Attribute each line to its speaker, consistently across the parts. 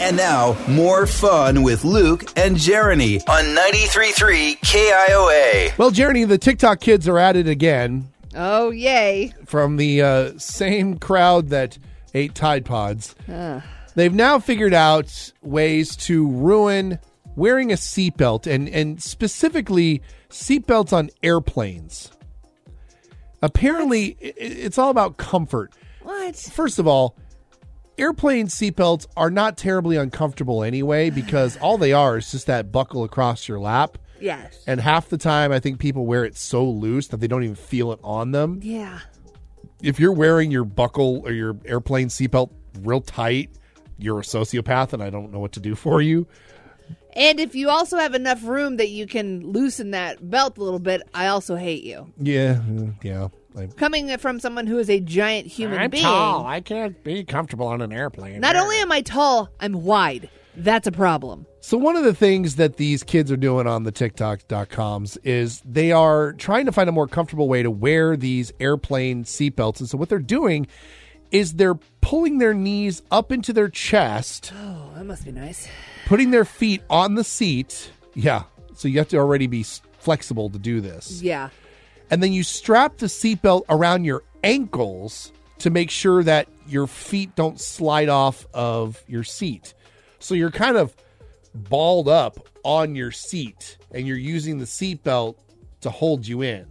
Speaker 1: And now, more fun with Luke and Jeremy on 93.3 KIOA.
Speaker 2: Well, Jeremy, the TikTok kids are at it again
Speaker 3: Oh, yay.
Speaker 2: from the uh, same crowd that ate Tide Pods. They've now figured out ways to ruin wearing a seatbelt and, and specifically seatbelts on airplanes. Apparently, i- i- it's all about comfort.
Speaker 3: What?
Speaker 2: First of all, airplane seatbelts are not terribly uncomfortable anyway because all they are is just that buckle across your lap.
Speaker 3: Yes.
Speaker 2: And half the time, I think people wear it so loose that they don't even feel it on them.
Speaker 3: Yeah.
Speaker 2: If you're wearing your buckle or your airplane seatbelt real tight, you're a sociopath, and I don't know what to do for you.
Speaker 3: And if you also have enough room that you can loosen that belt a little bit, I also hate you.
Speaker 2: Yeah, mm, yeah. I,
Speaker 3: Coming from someone who is a giant human being,
Speaker 2: I can't be comfortable on an airplane.
Speaker 3: not only am I tall, I'm wide. That's a problem.
Speaker 2: So one of the things that these kids are doing on the TikTok.coms is they are trying to find a more comfortable way to wear these airplane seatbelts. And so what they're doing is they're pulling their knees up into their chest.
Speaker 3: Oh, that must be nice.
Speaker 2: putting their feet on the seat. Yeah. So you have to already be s- flexible to do this.
Speaker 3: Yeah.
Speaker 2: And then you strap the seatbelt around your ankles to make sure that your feet don't slide off of your seat. So you're kind of balled up on your seat and you're using the seatbelt to hold you in.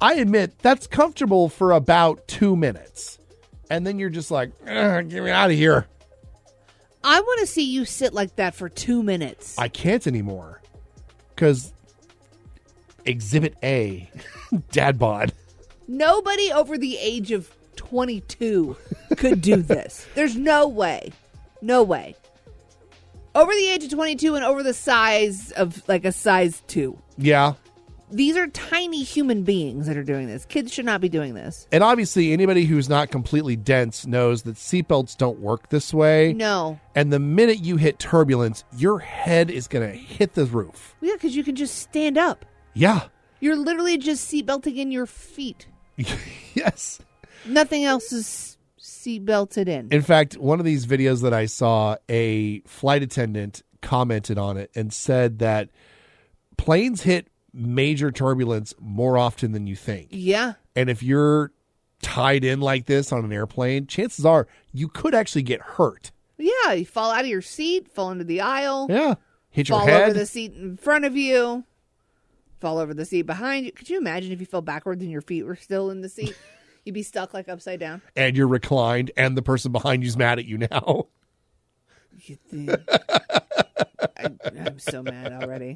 Speaker 2: I admit that's comfortable for about two minutes. And then you're just like, "Ugh, get me out of here.
Speaker 3: I want to see you sit like that for two minutes.
Speaker 2: I can't anymore because Exhibit A, Dad bod.
Speaker 3: Nobody over the age of 22 could do this. There's no way. No way. Over the age of 22 and over the size of like a size 2.
Speaker 2: Yeah,
Speaker 3: These are tiny human beings that are doing this. Kids should not be doing this.
Speaker 2: and obviously anybody who's not completely dense knows that seatbelts don't work this way.
Speaker 3: No.
Speaker 2: And the minute you hit turbulence, your head is gonna hit the roof.
Speaker 3: Yeah, because you can just stand up.
Speaker 2: Yeah.
Speaker 3: You're literally just seatbelting in your feet.
Speaker 2: yes.
Speaker 3: Nothing else is seatbelted in.
Speaker 2: In fact, one of these videos that I saw, a flight attendant commented on it and said that planes hit major turbulence more often than you think.
Speaker 3: yeah.
Speaker 2: And if you're tied in like this on an airplane, chances are you could actually get hurt.
Speaker 3: Yeah, you fall out of your seat, fall into the aisle.
Speaker 2: Yeah. Hit your
Speaker 3: fall
Speaker 2: head.
Speaker 3: over the seat in front of you, fall over the seat behind you. Could you imagine if you fell backwards and your feet were still in the seat? You'd be stuck like upside down.
Speaker 2: and you're reclined, and the person behind you's mad at you now.
Speaker 3: You think- I, I'm so mad already.